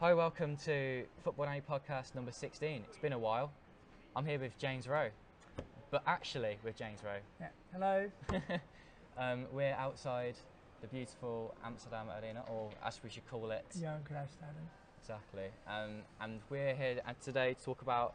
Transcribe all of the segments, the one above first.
Hi, welcome to Football Nanny Podcast number 16. It's been a while. I'm here with James Rowe, but actually with James Rowe. Yeah. Hello. Um, we're outside the beautiful Amsterdam Arena, or as we should call it. Johan Cruijff Stadium. Exactly. Um, and we're here and today to talk about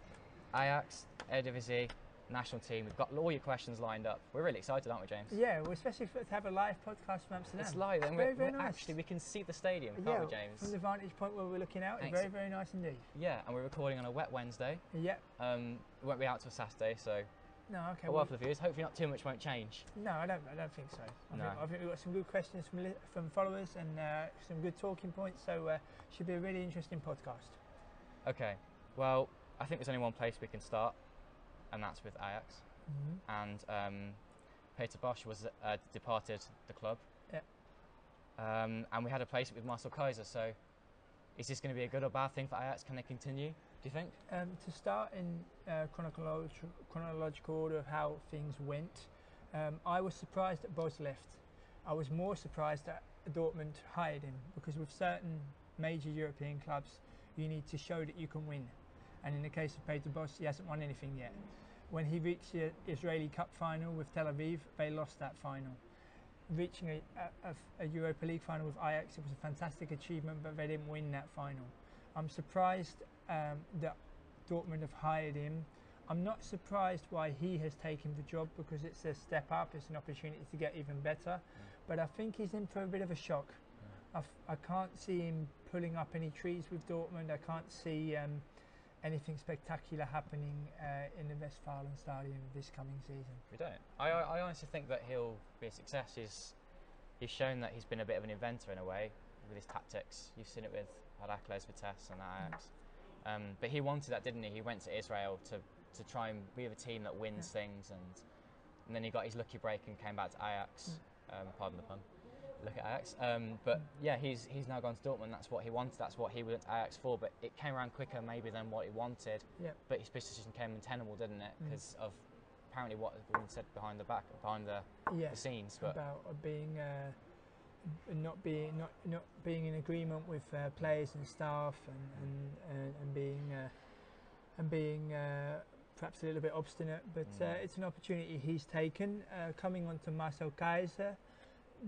Ajax, Eredivisie, national team. We've got all your questions lined up. We're really excited, aren't we, James? Yeah, well, especially for, to have a live podcast from Amsterdam. It's live, and very, we're, very we're nice. actually we can see the stadium, can't yeah, we, James? from the vantage point where we're looking out, it's very, Excellent. very nice indeed. Yeah, and we're recording on a wet Wednesday. Yeah. Um, we won't be out till Saturday, so No, a okay. well, while for the viewers. Hopefully, not too much won't change. no, I don't. I don't think so. I, No. think, I think we've got some good questions from li- from followers and uh, some good talking points. So uh, should be a really interesting podcast. Okay, well, I think there's only one place we can start, and that's with Ajax. Mm-hmm. And um, Peter Bosch was uh, departed the club. Yeah. Um, and we had a placement with Marcel Kaiser. So, is this going to be a good or bad thing for Ajax? Can they continue? Do you think? Um, to start in uh, chronological, chronological order of how things went, um, I was surprised that Bos left. I was more surprised that Dortmund hired him because with certain major European clubs, you need to show that you can win. And in the case of Peter Bos, he hasn't won anything yet. When he reached the Israeli Cup final with Tel Aviv, they lost that final. Reaching a, a- a f- a Europa League final with Ajax, it was a fantastic achievement, but they didn't win that final. I'm surprised um, that Dortmund have hired him. I'm not surprised why he has taken the job because it's a step up, it's an opportunity to get even better. But I think he's in for a bit of a shock. I f- I can't see him pulling up any trees with Dortmund. I can't see um, anything spectacular happening uh, in the Westfalen Stadium this coming season. We don't. I, I I honestly think that he'll be a success. He's, he's shown that he's been a bit of an inventor in a way with his tactics. You've seen it with Heracles Vitesse and Ajax. Um, but he wanted that, didn't he? He went to Israel to, to try and be with a team that wins things, and and then he got his lucky break and came back to Ajax. Mm. Um, pardon the pun. Look at Ajax. Um, but yeah, he's he's now gone to Dortmund. That's what he wanted. That's what he went to Ajax for. But it came around quicker maybe than what he wanted. Yeah. But his decision came untenable, didn't it? Mm. Because of apparently what has been said behind the back, behind the, Yeah. the scenes. But about being uh, not being not not being in agreement with uh, players and staff and and and, and being uh, and being uh, perhaps a little bit obstinate. But uh, Mm. it's an opportunity he's taken. Uh, coming on to Marcel Kaiser,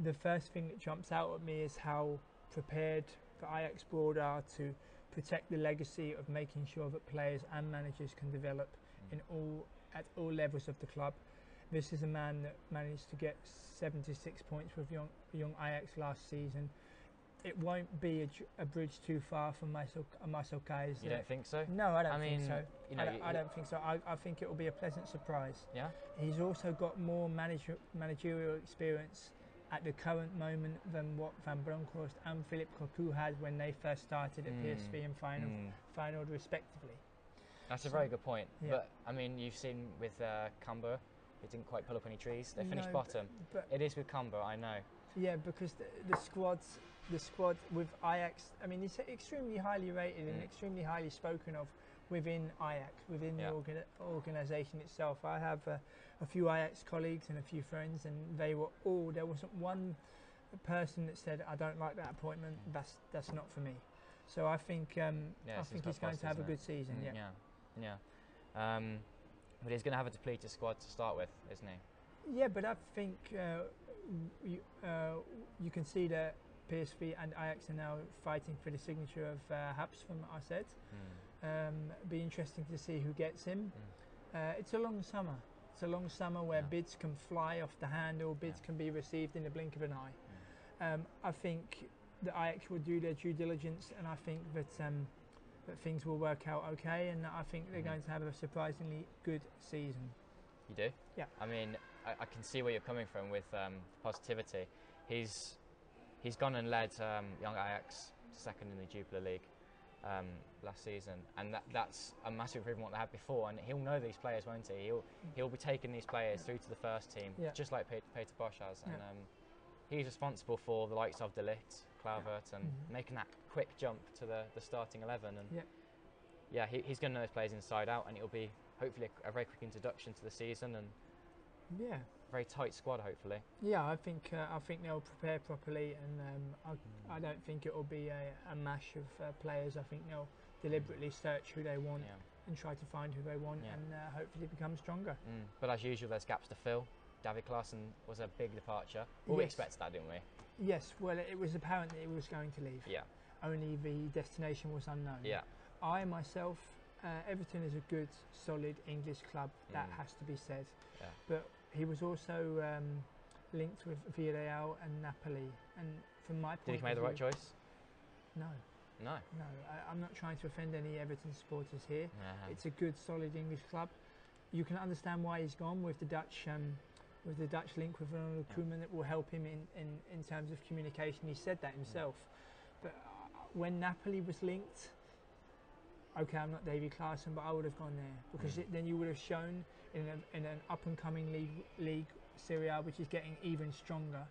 the first thing that jumps out at me is how prepared the Ajax board are to protect the legacy of making sure that players and managers can develop in all at all levels of the club. This is a man that managed to get 76 points with young, young Ajax last season. It won't be a, ju- a bridge too far for Marcel, Marcel Kaiser. you don't think so? no, I don't I think mean, so. you know, I, don't, you- I don't think so. I, I think it will be a pleasant surprise. Yeah. He's also got more manager, managerial experience at the current moment than what Van Bronckhorst and Philip Cocu had when they first started at Mm. PSV and final, Mm. final respectively. That's a very good point. Yeah. But I mean, you've seen with uh, Cumber, it didn't quite pull up any trees. They finished No, bottom. But It is with Cumber, I know. Yeah, because the, the squads, the squad with Ajax, I mean, it's extremely highly rated and Mm. extremely highly spoken of within Ajax, within Yeah. the organ, organisation itself. I have uh, a few Ajax colleagues and a few friends, and they were all there wasn't one person that said, "I don't like that appointment. Mm. That's that's not for me." So I think um, Yeah, I it's think his he's going past, to have a isn't it? good season. Mm, yeah. yeah. Yeah. Um, but he's going to have a depleted squad to start with, isn't he? Yeah, but I think uh, you, uh, you can see that PSV and Ajax are now fighting for the signature of uh, Haps from Arset. Um, be interesting to see who gets him. Mm. Uh, it's a long summer. It's a long summer where Yeah. bids can fly off the handle, bids Yeah. can be received in the blink of an eye. Um, I think that Ajax will do their due diligence, and I think that um, that things will work out okay, and I think they're Mhm. going to have a surprisingly good season. You do? Yeah. I mean, I, I can see where you're coming from with um, the positivity. He's he's gone and led um, young Ajax to second in the Jupiler League um, last season, and that, that's a massive improvement on what they had before. And he'll know these players, won't he? He'll he'll be taking these players through to the first team, Yeah. just like Peter, Peter Bosch has. And Yeah. um, he's responsible for the likes of De Ligt, Klauvert, and Mhm. making that quick jump to the, the starting eleven. And Yeah. yeah, he, he's going to know those players inside out, and it'll be hopefully a, a very quick introduction to the season and. Yeah, very tight squad, hopefully. Yeah, I think uh, I think they'll prepare properly, and um, I, Hmm. I don't think it will be a, a mash of uh, players. I think they'll deliberately search who they want Yeah. and try to find who they want, Yeah. and uh, hopefully become stronger. Mm. But as usual, there's gaps to fill. David Clarkson was a big departure. Well, we Yes. expected that, didn't we? Yes, well, it was apparent that he was going to leave. Yeah. Only the destination was unknown. Yeah. I myself, uh, Everton is a good, solid English club. That Mm. has to be said. Yeah. But he was also um, linked with Villarreal and Napoli, and from my point, Did he make of the right view, choice? No, No. no. I, I'm not trying to offend any Everton supporters here. Yeah. It's a good, solid English club. You can understand why he's gone with the Dutch, um, with the Dutch link with Ronald Yeah. Koeman that will help him in, in, in terms of communication. He said that himself. But uh, when Napoli was linked, okay, I'm not Davy Clarkson, but I would have gone there because Mm. it, then you would have shown in, a, in an up and coming league, league Serie A, which is getting even stronger.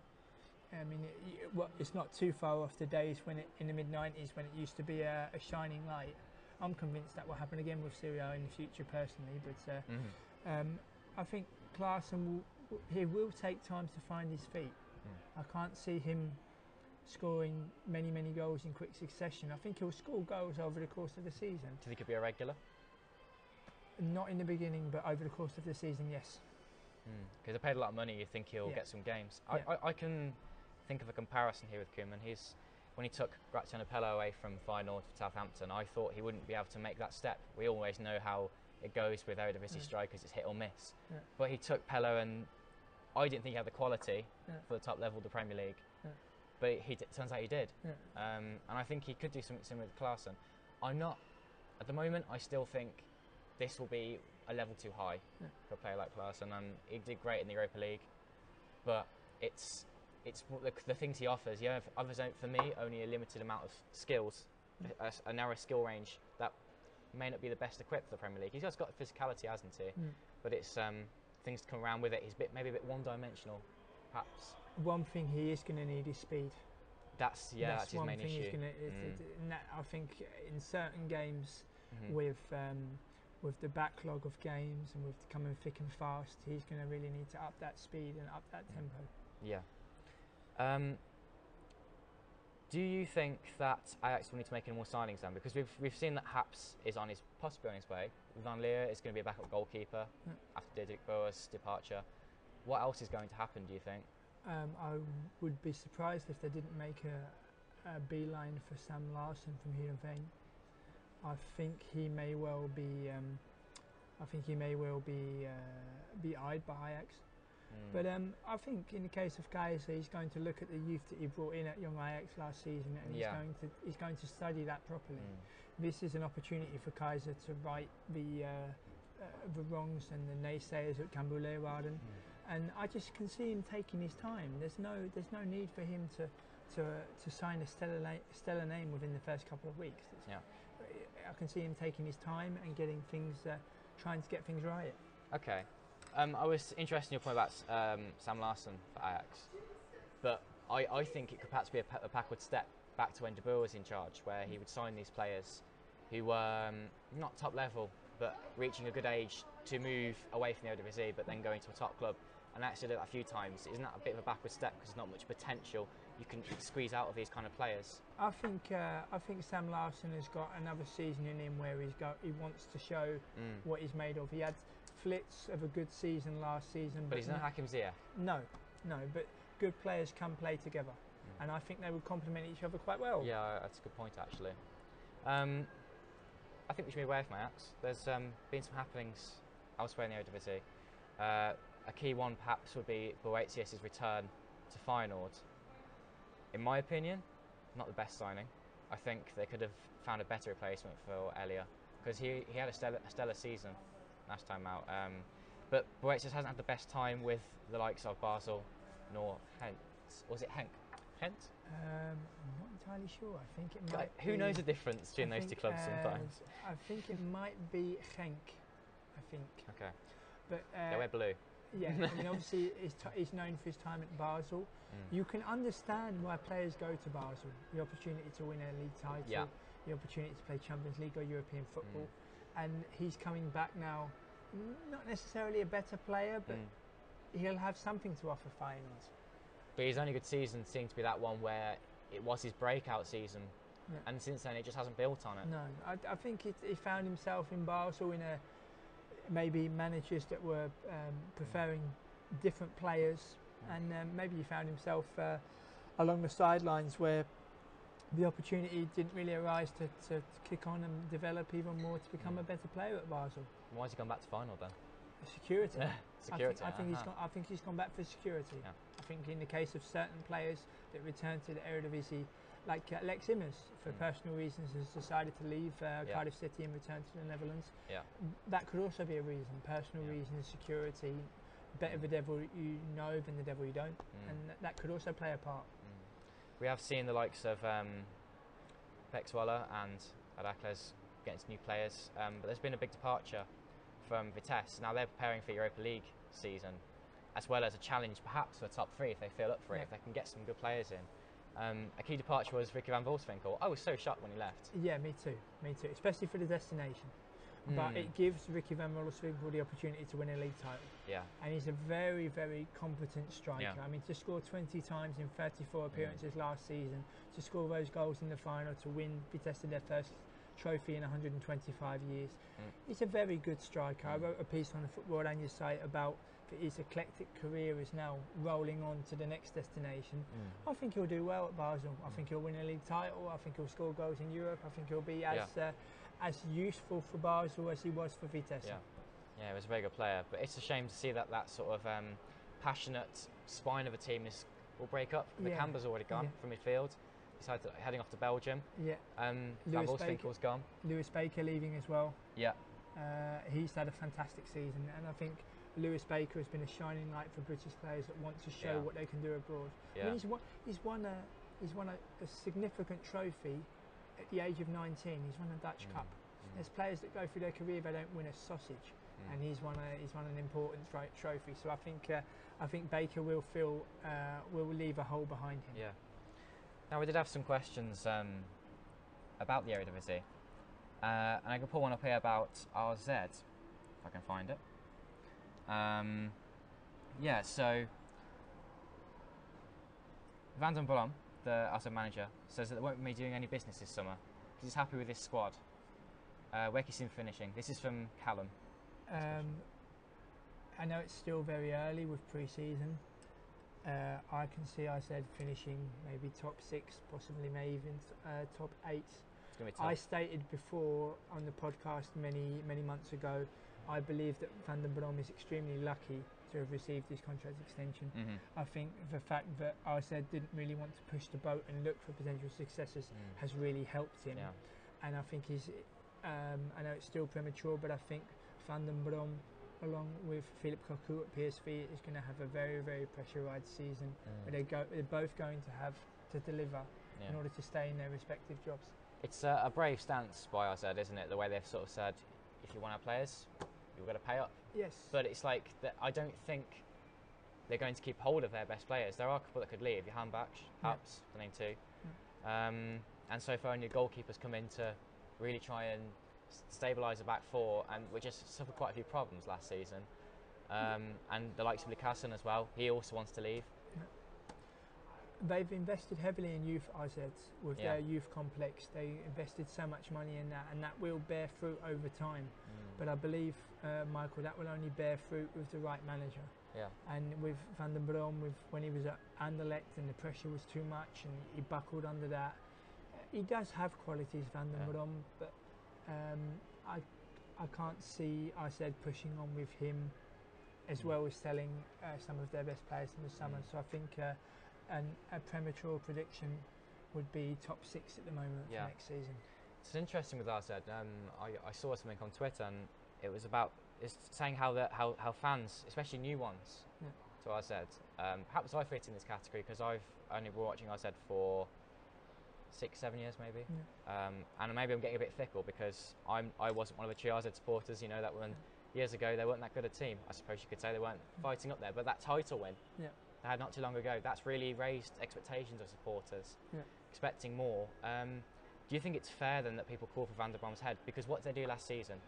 I mean, it, it, well, it's not too far off the days when it, in the mid 90s when it used to be a, a shining light. I'm convinced that will happen again with Serie A in the future, personally. But uh, Mhm. um, I think Klaassen will he will take time to find his feet. Hmm. I can't see him scoring many many goals in quick succession. I think he'll score goals over the course of the season. Do you think he'd be a regular? Not in the beginning, but over the course of the season, yes. Because they paid a lot of money, you think he'll Hmm. Yeah. get some games. Yeah. I, I, I can think of a comparison here with Koeman. He's when he took Graziano Pello away from Feyenoord to Southampton. I thought he wouldn't be able to make that step. We always know how it goes with Eredivisie Mm. strikers; it's hit or miss. Yeah. But he took Pello, and I didn't think he had the quality Yeah. for the top level of the Premier League. Yeah. But he d- turns out he did, Yeah. um, and I think he could do something similar with Klaassen. I'm not at the moment. I still think this will be a level too high Yeah. for a player like Klaassen. And he did great in the Europa League, but it's it's w- the, the things he offers. Yeah, f- others don't. For me, only a limited amount of skills, Yeah. a, a s- a narrow skill range that may not be the best equipped for the Premier League. He's just got the physicality, hasn't he? Mm. But it's um, things to come around with it. He's a bit maybe a bit one-dimensional, perhaps. One thing he is going to need is speed. That's yeah, that's, that's, his one main thing issue. Hmm. he's going to. And that, I think in certain games Mhm. with um, with the backlog of games and with coming thick and fast, he's going to really need to up that speed and up that Yeah. tempo. Yeah. Um, do you think that Ajax will need to make any more signings then? Because we've, we've seen that Haps is on his possibly on his way. Van Leer is going to be a backup goalkeeper Yeah. after Diederik Boas' departure. What else is going to happen? Do you think? Um, I would be surprised if they didn't make a, a beeline for Sam Larson from Heerenveen. I think he may well be. Um, I think he may well be uh, be eyed by Ajax. Mm. But um, I think in the case of Kaiser, he's going to look at the youth that he brought in at Young Ajax last season, and Yeah. he's going to he's going to study that properly. Mm. this is an opportunity for Kaiser to right the uh, uh, the wrongs and the naysayers at Cambulewaarden. Warden. And I just can see him taking his time. There's no there's no need for him to to to sign a stellar la- stellar name within the first couple of weeks. It's- Yeah. I can see him taking his time and getting things. Uh, Trying to get things right. Okay. Um, I was interested in your point about S- um, Sam Larsson for Ajax, but I, I think it could perhaps be a, pa- a backward step back to when De Boer was in charge, where he would sign these players who were um, not top level, but reaching a good age to move away from the Eredivisie, but then going to a top club. And I actually did that a few times. Isn't that a bit of a backward step because there's not much potential you can squeeze out of these kind of players? I think uh, I think Sam Larson has got another season in him where he's go- he wants to show Mm. what he's made of. He had flits of a good season last season, But he's no- not Hakim Ziyech. No, no, but good players can play together, Hmm. and I think they would complement each other quite well. Yeah, that's a good point actually. Um, I think we should be aware of my axe. There's um, been some happenings elsewhere in the Eredivisie. Uh, a key one perhaps would be Boetius' return to Feyenoord. In my opinion, not the best signing. I think they could have found a better replacement for Elia because he, he had a stellar, a stellar season last time out. Um, but Boetius hasn't had the best time with the likes of Basel nor Hent. Was it Henk? Hent? Um, I'm not entirely sure. I think it might. Like, who knows be- the difference between I those two think, clubs uh, sometimes? I think it might be Henk. I think, Okay, but they wear uh, blue. yeah, I mean, obviously he's, t- he's known for his time at Basel. Mm. You can understand why players go to Basel. The opportunity to win a league title, Yeah. Hmm. the opportunity to play Champions League or European football, Mm. and he's coming back now. Not necessarily a better player, but Hmm. he'll have something to offer finals. But his only good season seemed to be that one where it was his breakout season, Yeah. Mm. and since then it just hasn't built on it. No, I, I think it, he found himself in Basel in a maybe managers that were um, preferring different players, Mm. and um, maybe he found himself uh, along the sidelines where the opportunity didn't really arise to, to, to kick on and develop even more to become a Mm. better player at Basel. Why has he gone back to final then? Security. Security. I think, I think he's uh-huh. gone. I think he's gone back for security. Yeah. I think in the case of certain players that return to the Eredivisie, like uh, Lex Immers, for Mm. personal reasons, has decided to leave uh, Cardiff City and return to the Netherlands. Yeah. That could also be a reason. Personal Yeah. reasons, security. Better Mm. the devil you know than the devil you don't, Mm. and that could also play a part. Mm. We have seen the likes of um, Pexwala and Adakles getting some new players, um, but there's been a big departure from Vitesse. Now they're preparing for Europa League season, as well as a challenge perhaps for the top three if they feel up for it, Yeah. if they can get some good players in. Um, a key departure was Ricky van Volswinkel. I was so shocked when he left. Yeah, me too. Me too. Especially for the destination. But Mm. it gives Ricky Van Rollerswinkel the opportunity to win a league title. yeah, and he's a very, very competent striker. Yeah. Mm. I mean, to score 20 times in 34 appearances last season, to score those goals in the final, to win Vitesse their first trophy in 125 years, Mm. he's a very good striker. I Mm. wrote a piece on the Football Annual site about that his eclectic career is now rolling on to the next destination. I think he'll do well at Basel. I Mm. think he'll win a league title. I think he'll score goals in Europe. I think he'll be as Yeah. uh, as useful for Basel as he was for Vitesse. yeah, yeah. He was a very good player, but it's a shame to see that that sort of um, passionate spine of a team is will break up. The Yeah. Camber's already gone Yeah. from midfield. He's had to- heading off to Belgium. yeah. Um, Van Lewis Baker. Wolfswinkel's gone. Lewis Baker leaving as well. Yeah. Uh, he's had a fantastic season, and I think Lewis Baker has been a shining light for British players that want to show Yeah. what they can do abroad. I Yeah, mean, he's won, he's won, a, he's won a, a significant trophy at the age of 19. He's won a Dutch Mm, Cup. mm, There's players that go through their career they don't win a sausage, mm. and he's won a, he's won an important tro- trophy. So I think uh, I think Baker will feel uh, will leave a hole behind him. yeah. Now we did have some questions um, about the Eredivisie, uh, and I can pull one up here about RZ if I can find it. Um, yeah, so Van den Brom, the Arsenal manager, says that they won't be doing any business this summer because he's happy with this squad. Uh, where can you see him finishing? This is from Callum. Um, I know it's still very early with pre-season. Uh, I can see I said finishing maybe top six, possibly maybe even uh, top eight. It's going to be tough. I stated before on the podcast many many months ago, I believe that Van den Brom is extremely lucky to have received his contract extension. Mhm. I think the fact that I said didn't really want to push the boat and look for potential successors Mm. has really helped him Yeah. and I think he's. Um, I know it's still premature, but I think Van den Brom, along with Philip Cocu at PSV, is going to have a very, very pressurised season. Where they go, they're both going to have to deliver Yeah. in order to stay in their respective jobs. It's a, a brave stance by RZ, isn't it? The way they've sort of said, if you want our players, you've got to pay up. Yes. But it's like that. I don't think they're going to keep hold of their best players. There are a couple that could leave. Johan Bach, Yeah. Haps, the name two. Um, and so far, only goalkeepers come in to really try and s- stabilise the back four, and we just suffered quite a few problems last season. Um, and the likes of Lukasen as well. He also wants to leave. they've invested heavily in youth assets with Yeah. their youth complex. They invested so much money in that, and that will bear fruit over time. But I believe, uh, Michael, that will only bear fruit with the right manager. yeah. and with Van den Brom, with when he was at Anderlecht and the pressure was too much and he buckled under that. Uh, He does have qualities, Van den Yeah. Brom, but um, I I can't see I said pushing on with him as Mm. well as selling uh, some of their best players in the summer. Mm. So I think uh, an, a premature prediction would be top six at the moment Yeah. for next season. It's interesting with RZ. Um, I, I saw something on Twitter and it was about it's saying how the, how, how fans, especially new ones, Yeah. to RZ. Um, perhaps I fit in this category because I've only been watching RZ for six, seven years maybe. Um, and maybe I'm getting a bit fickle because I'm I wasn't one of the true RZ supporters. You know that when years ago they weren't that good a team. I suppose you could say they weren't fighting up there. But that title win Mm. Yeah. they had not too long ago, that's really raised expectations of supporters, Yeah. expecting more. Um, do you think it's fair then that people call for Van der Brom's head? Because what did they do last season?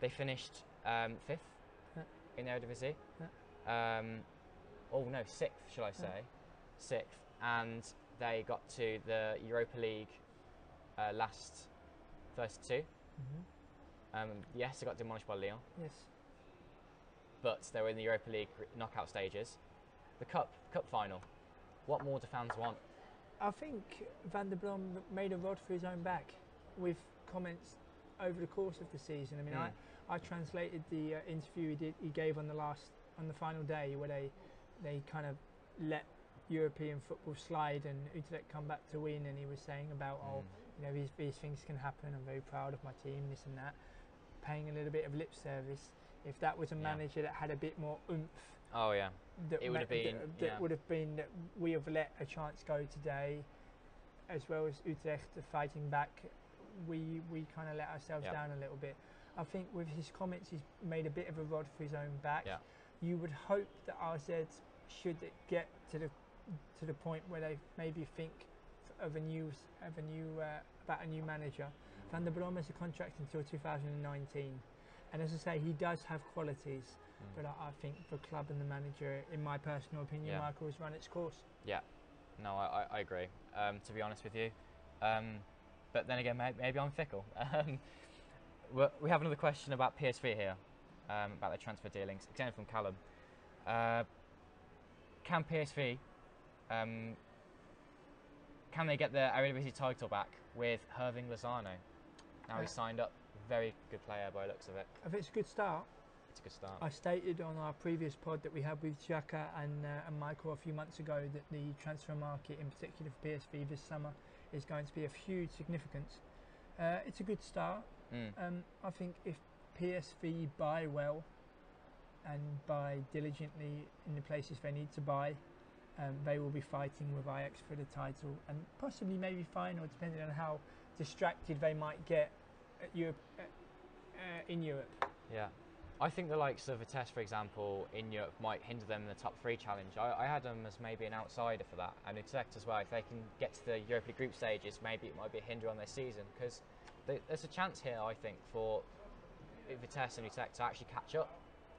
They finished um, fifth Yeah. in the Eredivisie. Yeah. Um, oh no, sixth, shall I say? Sixth, and they got to the Europa League uh, last thirty-two. hmm Um, yes, they got demolished by Lyon, Yes. but they were in the Europa League gr- knockout stages. The cup, cup final. What more do fans want? I think Van der Blom made a rod for his own back with comments over the course of the season. I mean, Mm. I, I translated the uh, interview he did he gave on the last on the final day where they they kind of let European football slide and Utrecht come back to win, and he was saying about oh Hmm. you know these, these things can happen. I'm very proud of my team, this and that. Paying a little bit of lip service. If that was a Yeah. manager that had a bit more oomph, Oh yeah, that It would ma- have been- that, that yeah. would have been that we have let a chance go today, as well as Utrecht fighting back. We we kind of let ourselves Yeah. down a little bit. I think with his comments, he's made a bit of a rod for his own back. Yeah. You would hope that RZ should get to the to the point where they maybe think of a new s- of a new uh, about a new manager. Van der Brom has a contract until 2019, and as I say, he does have qualities. Mm. But I, I think the club and the manager, in my personal opinion, Yeah. Michael has run its course. No, I, I, I agree. Um, to be honest with you, um, but then again, maybe, maybe I'm fickle. Um, we- we have another question about PSV here, um, about their transfer dealings. Again from Callum, uh, can PSV, um, can they get their Eredivisie title back with Irving Lozano? Now Uh, he's signed up. Very good player by the looks of it. I think it's a good start. It's a good start. I stated on our previous pod that we had with Xhaka and, uh, and Michael a few months ago that the transfer market, in particular for PSV this summer, is going to be of huge significance. Uh, it's a good start. Mm, Um, I think if PSV buy well and buy diligently in the places they need to buy, um, they will be fighting with Ajax for the title and possibly maybe final, depending on how distracted they might get at Europe, uh, uh, in Europe. yeah. I think the likes of Vitesse, for example, in Europe might hinder them in the top three challenge. I, I had them as maybe an outsider for that, and Utrecht as well. If they can get to the Europa League group stages, maybe it might be a hinder on their season because there's a chance here, I think, for Vitesse and Utrecht to actually catch up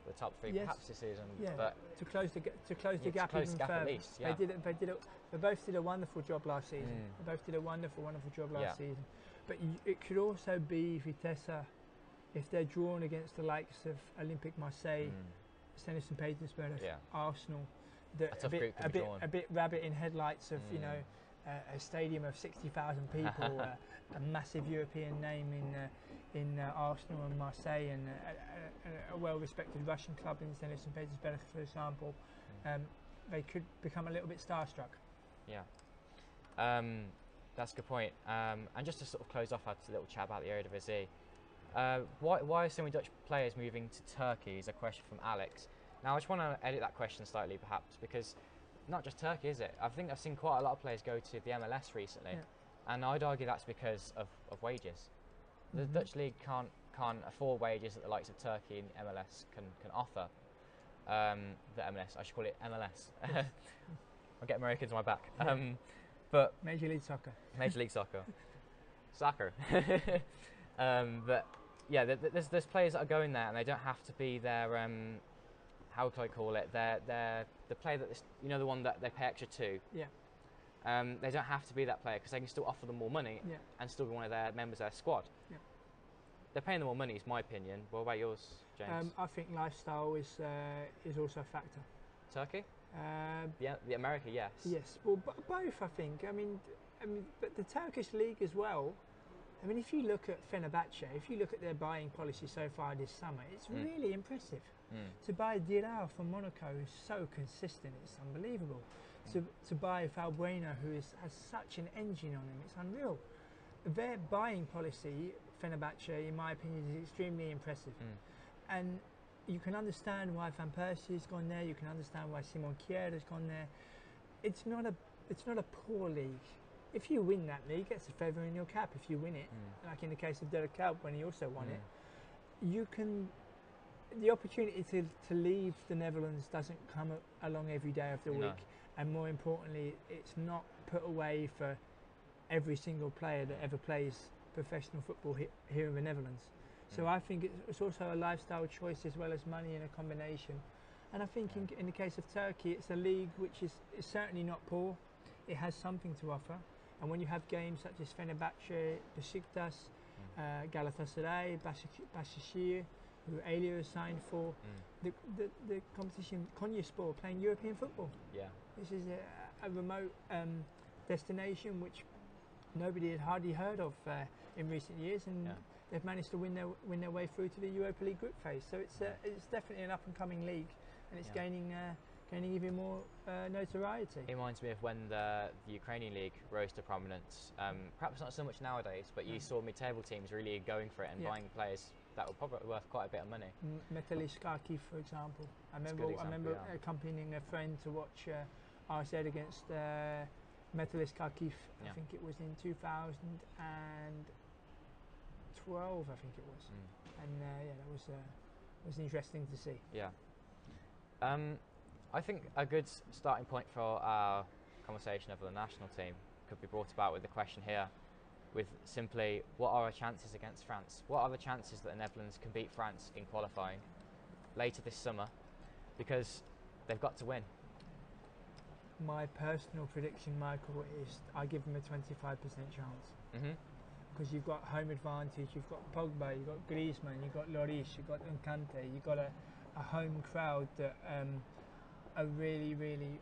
with the top three Yes. perhaps this season. Yeah, But to close the ga- to close the Yeah, to gap close even the gap at further. least, yeah. They did it. They did it. They both did a wonderful job last season. Mm. They both did a wonderful, wonderful job last Yeah. season. But you, it could also be Vitesse if they're drawn against the likes of Olympic Marseille. mm, St. St. Petersburg, Yeah. Arsenal, that A a, tough bit, group to a be bit, drawn. a bit rabbit in headlights of you Mm. know uh, a stadium of sixty thousand people, uh, a massive European name in uh, in uh, Arsenal and Marseille, and uh, a, a, a well-respected Russian club in St. St. Petersburg, for example, Hmm. um, they could become a little bit starstruck. yeah. Um, that's a good point. Um, and just to sort of close off our little chat about the Eredivisie, uh, why, why are so many Dutch players moving to Turkey? Is a question from Alex. Now, I just want to edit that question slightly, perhaps, because not just Turkey, is it? I think I've seen quite a lot of players go to the MLS recently, Yeah. and I'd argue that's because of, of wages. The Mhm. Dutch league can't can't afford wages that the likes of Turkey and MLS can can offer. Um, the MLS, I should call it MLS. I'll get Americans on my back. Yeah. Um, but Major League Soccer. Major League Soccer. Soccer. um, but yeah, th- th- there's there's players that are going there, and they don't have to be their um, how can I call it? Their their the player that this, you know the one that they pay extra to. Yeah. Um, they don't have to be that player because they can still offer them more money Yeah. and still be one of their members of their squad. Yeah. They're paying them more money, is my opinion. What about yours, James? Um, I think lifestyle is uh, is also a factor. Turkey? Um, Yeah, the America, yes. Yes, well, b- both I think. I mean, I mean, but the Turkish league as well. I mean, if you look at Fenerbahce, if you look at their buying policy so far this summer, it's Mm. really impressive. Mm. To buy Dirar from Monaco is so consistent; it's unbelievable. To, to buy Falbuena, who is, has such an engine on him, it's unreal. Their buying policy, Fenerbahce, in my opinion, is extremely impressive Mm. and you can understand why Van Persie's gone there. You can understand why Simon Kier has gone there. It's not a it's not a poor league. If you win that league, it's a feather in your cap. If you win it, Mm. like in the case of Derek Kelp when he also won it, Mm. you can. The opportunity to, to leave the Netherlands doesn't come a- along every day of the No. week, and more importantly, it's not put away for every single player that ever plays professional football he, here in the Netherlands. So Mm. I think it's, it's also a lifestyle choice as well as money and a combination. And I think in, in the case of Turkey, it's a league which is, is certainly not poor. It has something to offer. And when you have games such as Fenerbahce, Besiktas, uh, Galatasaray, Başak- Başakşehir, who Alia has signed for, Mm. the, the, the competition, Konyaspor, playing European football. Yeah. This is a, a remote um, destination which nobody had hardly heard of uh, in recent years, and Yeah. they've managed to win their win their way through to the Europa League group phase. So it's uh, it's definitely an up and coming league, and it's Yeah. gaining uh, gaining even more uh, notoriety. It reminds me of when the, the Ukrainian league rose to prominence. Um, perhaps not so much nowadays, but you Mm. saw mid-table teams really going for it and Yeah. buying players that were probably worth quite a bit of money. M- Metelishkaki, for example, I That's a remember good I example, remember yeah. accompanying a friend to watch uh, RZ against uh, Metelishkaki. I Yeah. think it was in 2012. I think it was. and uh, yeah, that was uh, was interesting to see. Yeah. Um, I think a good s- starting point for our conversation of the national team could be brought about with the question here, with simply what are our chances against France? What are the chances that the Netherlands can beat France in qualifying later this summer? Because they've got to win. My personal prediction, Michael, is I give them a 25% chance Mm-hmm. because you've got home advantage, you've got Pogba, you've got Griezmann, you've got Lloris, you've got Encante, you've got a, a home crowd that um, are really, really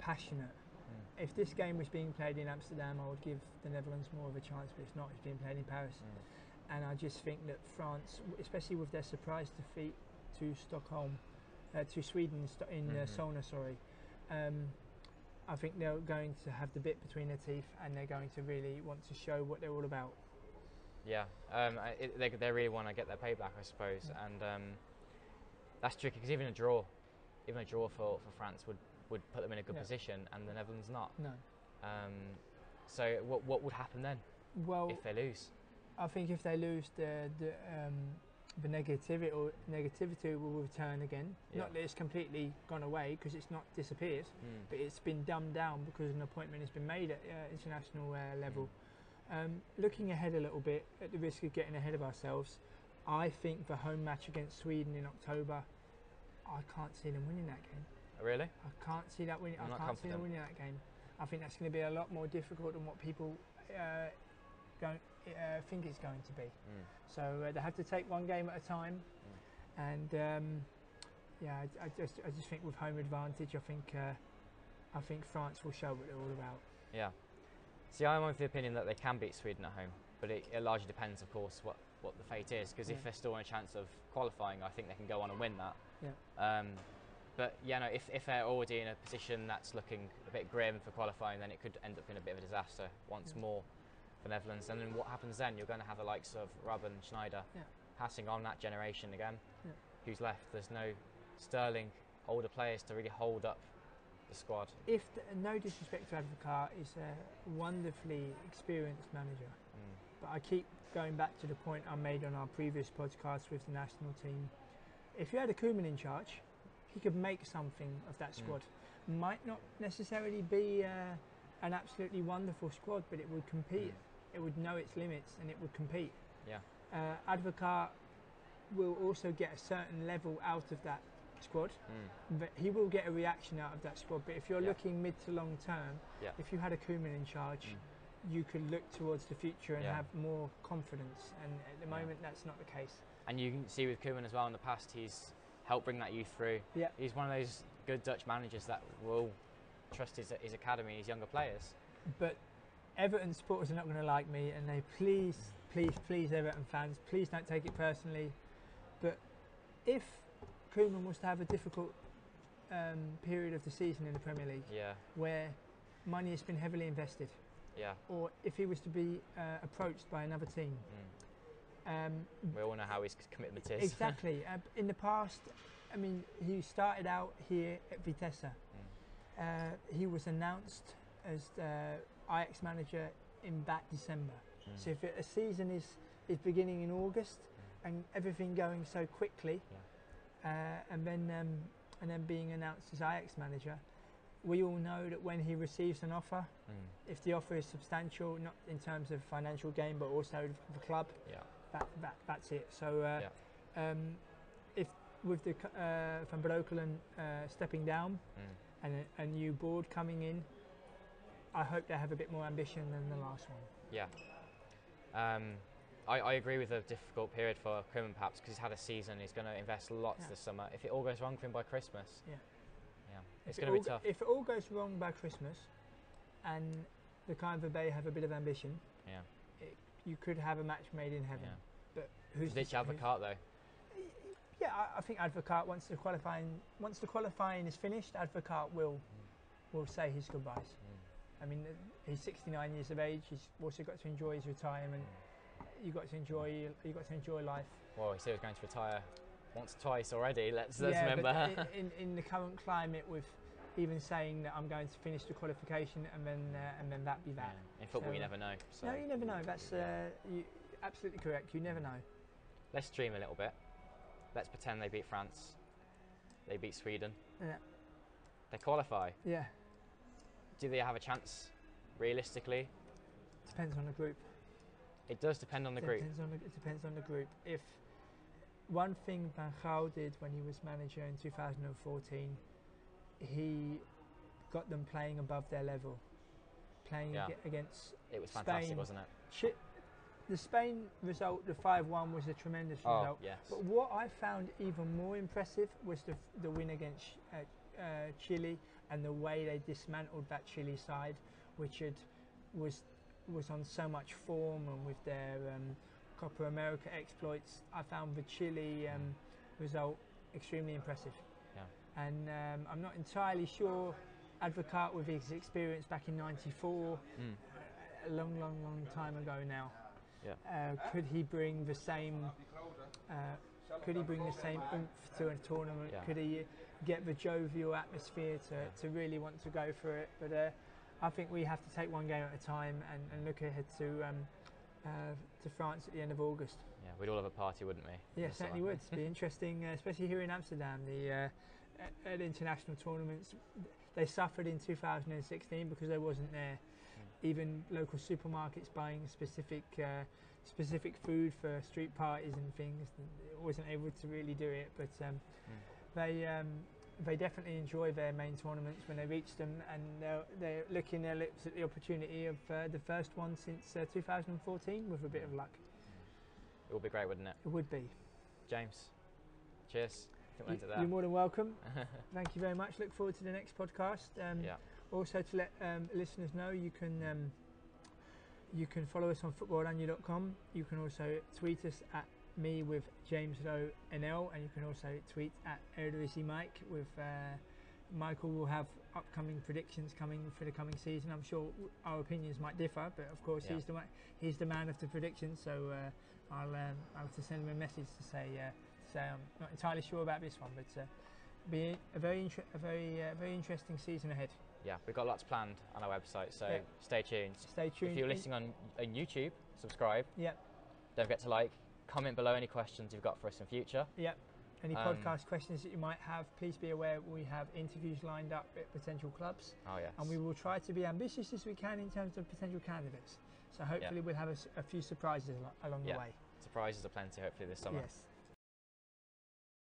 passionate. Mm. If this game was being played in Amsterdam, I would give the Netherlands more of a chance, but it's not. It's being played in Paris. and I just think that France, w- especially with their surprise defeat to Stockholm, uh, to Sweden in Sto- in uh, Mhm. Solna, sorry, um, I think they're going to have the bit between their teeth, and they're going to really want to show what they're all about. Yeah, um, I- it, they, they really want to get their payback, I suppose, Mm. and um, that's tricky because even a draw, even a draw for, for France would, would put them in a good Yeah. position, and the Netherlands not. No, Um, so what what would happen then well, if they lose? I think if they lose, the the um, the negativity or negativity will return again. Yeah. Not that it's completely gone away because it's not disappeared, but it's been dumbed down because an appointment has been made at uh, international uh, level. Um, looking ahead a little bit, at the risk of getting ahead of ourselves, I think the home match against Sweden in October, I can't see them winning that game. Really? I can't see that winning. I You're can't not see them confident? winning that game. I think that's going to be a lot more difficult than what people uh, going, uh, think it's going to be. So uh, they have to take one game at a time, and um, yeah, I, I just I just think with home advantage, I think uh, I think France will show what they're all about. Yeah. See, I'm of the opinion that they can beat Sweden at home, but it, it largely depends, of course, what, what the fate is. Because Yeah. if they're still on a chance of qualifying, I think they can go on and win that. Yeah. Um, but yeah, no. If, if they're already in a position that's looking a bit grim for qualifying, then it could end up in a bit of a disaster once Yeah. more for Netherlands. And then what happens then? You're going to have the likes of Robin Schneider Yeah. passing on that generation again. Yeah. Who's left? There's no Sterling, older players to really hold up the squad. If th no disrespect to Advocaat, is a wonderfully experienced manager, Mm. but I keep going back to the point I made on our previous podcast with the national team. If you had a Koeman in charge, he could make something of that Mm. squad. Might not necessarily be uh, an absolutely wonderful squad, but it would Mm. compete. It would know its limits and it would compete. Yeah. Uh, Advocaat will also get a certain level out of that squad Mm. that he will get a reaction out of that squad. But if you're Yeah. looking mid to long term, Yeah. Mm. if you had a Koeman in charge, you could look towards the future and Yeah. have more confidence. And at the Yeah. moment, that's not the case. And you can see with Koeman as well in the past, he's helped bring that youth through. Yeah. He's one of those good Dutch managers that will trust his, his academy and his younger players. But Everton supporters are not going to like me, and they please, please, please, Everton fans, please don't take it personally. But if Koeman was to have a difficult um, period of the season in the Premier League, Yeah, where money has been heavily invested, yeah. or if he was to be uh, approached by another team. Mm. Um, We all know how his commitment is. Exactly. uh, in the past, I mean, he started out here at Vitesse. Uh, he was announced as the Ajax manager in back December. Mm. So if a season is, is beginning in August and everything going so quickly, uh, and then um, and then being announced as Ajax manager, we all know that when he receives an offer, Mm. if the offer is substantial, not in terms of financial gain, but also the club, Yeah. that, that that's it. So uh, um, if with the c- uh, Van Breukelen uh, stepping down Mm. and a, a new board coming in, I hope they have a bit more ambition than the last one. Yeah. Um, I, I agree with a difficult period for Crimson perhaps because he's had a season. He's going to invest lots Yeah. this summer. If it all goes wrong for him by Christmas, Yeah. yeah, it's If it going to be all go- tough. If it all goes wrong by Christmas, and the Kyber Bay have a bit of ambition, Yeah, you could have a match made in heaven. yeah. But who's Ditch to say- who's- Advocat though. Yeah, I, I think Advocat once the qualifying once the qualifying is finished, Advocat will will say his goodbyes. Mm. I mean, uh, he's 69 years of age. He's also got to enjoy his Mm. retirement. You got to enjoy you got to enjoy life. Well, he said he was going to retire once or twice already. Let's, let's yeah, remember. but i- in, in the current climate, with even saying that I'm going to finish the qualification and then uh, and then that be that. Yeah. In football, you So, never know. So No, you never know. That's uh, you, absolutely correct. You never know. let's dream a little bit. Let's pretend they beat France. They beat Sweden. Yeah. They qualify. Yeah, Do they have a chance? Realistically, depends on the group. it does depend on the group. Depends on the, it depends on the group. If one thing Van Gaal did when he was manager in 2014, he got them playing above their level, playing Yeah. ag- against It was fantastic, Spain. wasn't it? Chi- the Spain result. The 5-1 was a tremendous result. Oh, yes. But what I found even more impressive was the, the win against uh, uh, Chile and the way they dismantled that Chile side, which had, was was on so much form and with their um, Copa America exploits. I found the Chile Mm. um, result extremely impressive. Yeah. And um, I'm not entirely sure. Advocat with his experience back in '94 Mm. a long, long, long time ago now. Yeah. Uh, could he bring the same? Uh, could he bring the same oomph to a tournament? Yeah. Could he get the jovial atmosphere to, Yeah. to really want to go for it? But uh, I think we have to take one game at a time and, and look ahead to um, uh, to France at the end of August. Yeah, we'd all have a party, wouldn't we? Yeah, This certainly summer. would. It'd be interesting, uh, especially here in Amsterdam. The uh, a- at international tournaments, they suffered in 2016 because they wasn't there. Even local supermarkets buying specific uh, specific food for street parties and things they wasn't able to really do it. But um, they um, they definitely enjoy their main tournaments when they reach them, and they're, they're looking their lips at the opportunity of uh, the first one since uh, 2014 with a bit of luck. It would be great, wouldn't it? It would be. James, cheers. I think we You- ended You're it more than welcome. there. Thank you very much. Look forward to the next podcast. Um, yeah. Also, to let um, listeners know, you can um, you can follow us on footballandnew.com. You can also tweet us at me with James Lowe NL, and you can also tweet at Eredivisie Mike with uh, Michael. Will have upcoming predictions coming for the coming season. I'm sure w- our opinions might differ, but of course Yeah. he's the ma- he's the man of the predictions. So uh, I'll um, I'll have to send him a message to say uh, to say I'm not entirely sure about this one, but. Uh, be a very inter- a very uh, very interesting season ahead. Yeah, we've got lots planned on our website, so Yeah. stay tuned. Stay tuned. If you're listening on, on YouTube, subscribe. Yeah. Don't forget to like, comment below any questions you've got for us in future. Any um, podcast questions that you might have, please be aware we have interviews lined up at potential clubs, Oh, yes. and we will try to be ambitious as we can in terms of potential candidates. So hopefully we'll have a, s- a few surprises alo- along Yeah. the way. Surprises are plenty, hopefully, this summer. Yes.